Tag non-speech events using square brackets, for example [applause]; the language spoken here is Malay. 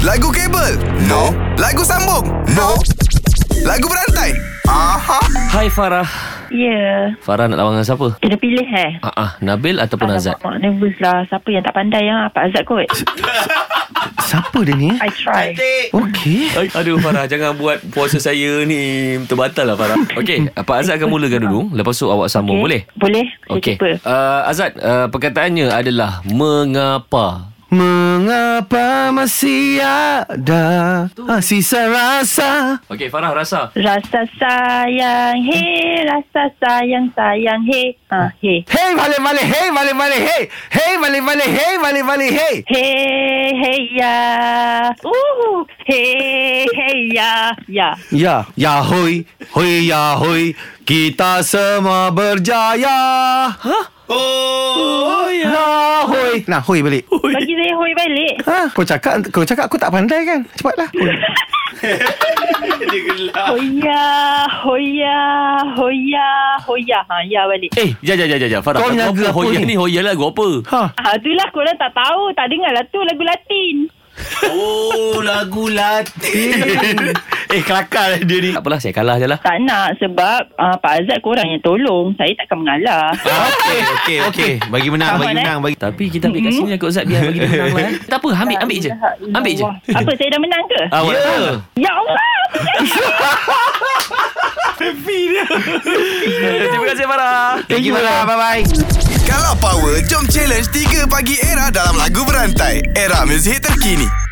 Lagu kabel? No. Lagu sambung? No. Lagu berantai? Aha. Hai Farah Ya, Farah nak lawan dengan siapa? kena pilih eh. Ah, ah Nabil ataupun Azad? Alamak, nervous lah. Siapa yang tak pandai yang Pak Azad kot. Siapa dia eh? ni? I try. Okey. Aduh Farah Jangan buat puasa saya ni Terbatal lah Farah Okey Pak Azad akan mulakan dulu Lepas tu awak sambung Boleh? Boleh. Saya Okey. cuba. Uh, Azad, uh, perkataannya adalah mengapa. Mengapa masih ada ah, sisa rasa Okey, Farah rasa. Rasa sayang, hey. Rasa sayang, sayang, hey. Ha, hey. Hey balik balik hey balik balik hey hey balik balik hey balik balik hey Hey, hey, ya. Uh, hey, hey, ya. Ya. Ya ya hoi hoi ya hoi kita semua berjaya Hah? Oh, ya. Nah, hoi. Nah, hoi balik. Bagi saya hoi balik. Ha, kau cakap kau cakap aku tak pandai kan? Cepatlah. Hoi. Hoya, hoya, hoya, hoya. Ha, ya balik. Eh, jap, jap, jap, jap, jap. Farah. Kau lagu menyaga apa Hoya ni? ni? Hoya lagu apa? Ha. Ha, itulah korang tak tahu. Tak dengar lah tu lagu Latin. Oh, lagu Latin. eh, kelakar dia ni. Tak apalah, saya kalah je lah. Tak nak sebab uh, Pak Azad korang yang tolong. Saya takkan mengalah. Okey, okey, okey. Bagi menang, bagi Sabar, eh? menang, bagi. Tapi kita ambil kat sini lah kot Zat biar bagi dia menang lah. eh. Tak apa, ambil, ambil je. Ambil je. Ah. Apa, saya dah menang ke? Awak yeah. tahu. Ya Allah! apa jadi? [laughs] Terima kasih Farah. Thank you, Farah. Bye-bye. Kalau power, jom challenge 3 pagi era dalam lagu berantai. Era muzik terkini.